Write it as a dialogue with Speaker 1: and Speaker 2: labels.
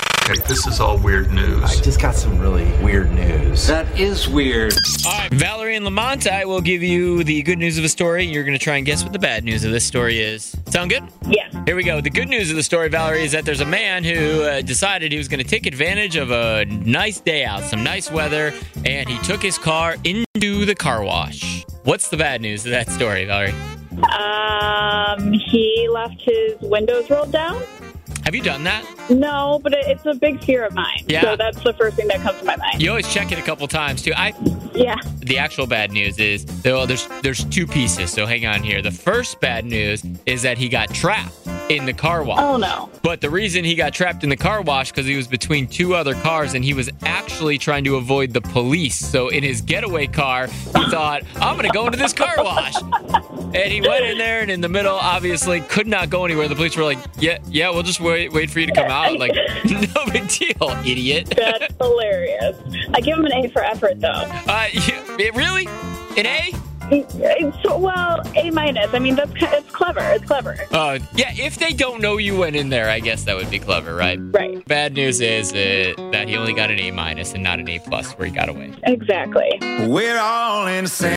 Speaker 1: Okay, this is all weird
Speaker 2: I
Speaker 1: news.
Speaker 2: just got some really weird news.
Speaker 3: That is weird.
Speaker 4: All right, Valerie and Lamont, I will give you the good news of a story. You're going to try and guess what the bad news of this story is. Sound good?
Speaker 5: Yes.
Speaker 4: Here we go. The good news of the story, Valerie, is that there's a man who uh, decided he was going to take advantage of a nice day out, some nice weather, and he took his car into the car wash. What's the bad news of that story, Valerie?
Speaker 5: Um, he left his windows rolled down.
Speaker 4: Have you done that?
Speaker 5: No, but it, it's a big fear of mine.
Speaker 4: Yeah.
Speaker 5: So that's the first thing that comes to my mind.
Speaker 4: You always check it a couple times too. I
Speaker 5: Yeah.
Speaker 4: the actual bad news is well, there's there's two pieces. So hang on here. The first bad news is that he got trapped in the car wash.
Speaker 5: Oh no.
Speaker 4: But the reason he got trapped in the car wash because he was between two other cars and he was actually trying to avoid the police. So in his getaway car, he thought, "I'm going to go into this car wash," and he went in there and in the middle, obviously could not go anywhere. The police were like, "Yeah, yeah, we'll just wait, wait for you to come out." Like, no big deal, idiot.
Speaker 5: That's hilarious. I give him an A for effort, though.
Speaker 4: Uh, yeah, it- really? An A?
Speaker 5: It's, eh, well, A minus. I mean, that's ki- it's clever. It's clever.
Speaker 4: Uh, yeah. If they don't know you went in there, I guess that would be clever, right?
Speaker 5: Right.
Speaker 4: Bad news is uh, that he only got an A minus and not an A plus where he got away.
Speaker 5: Exactly.
Speaker 6: We're all insane.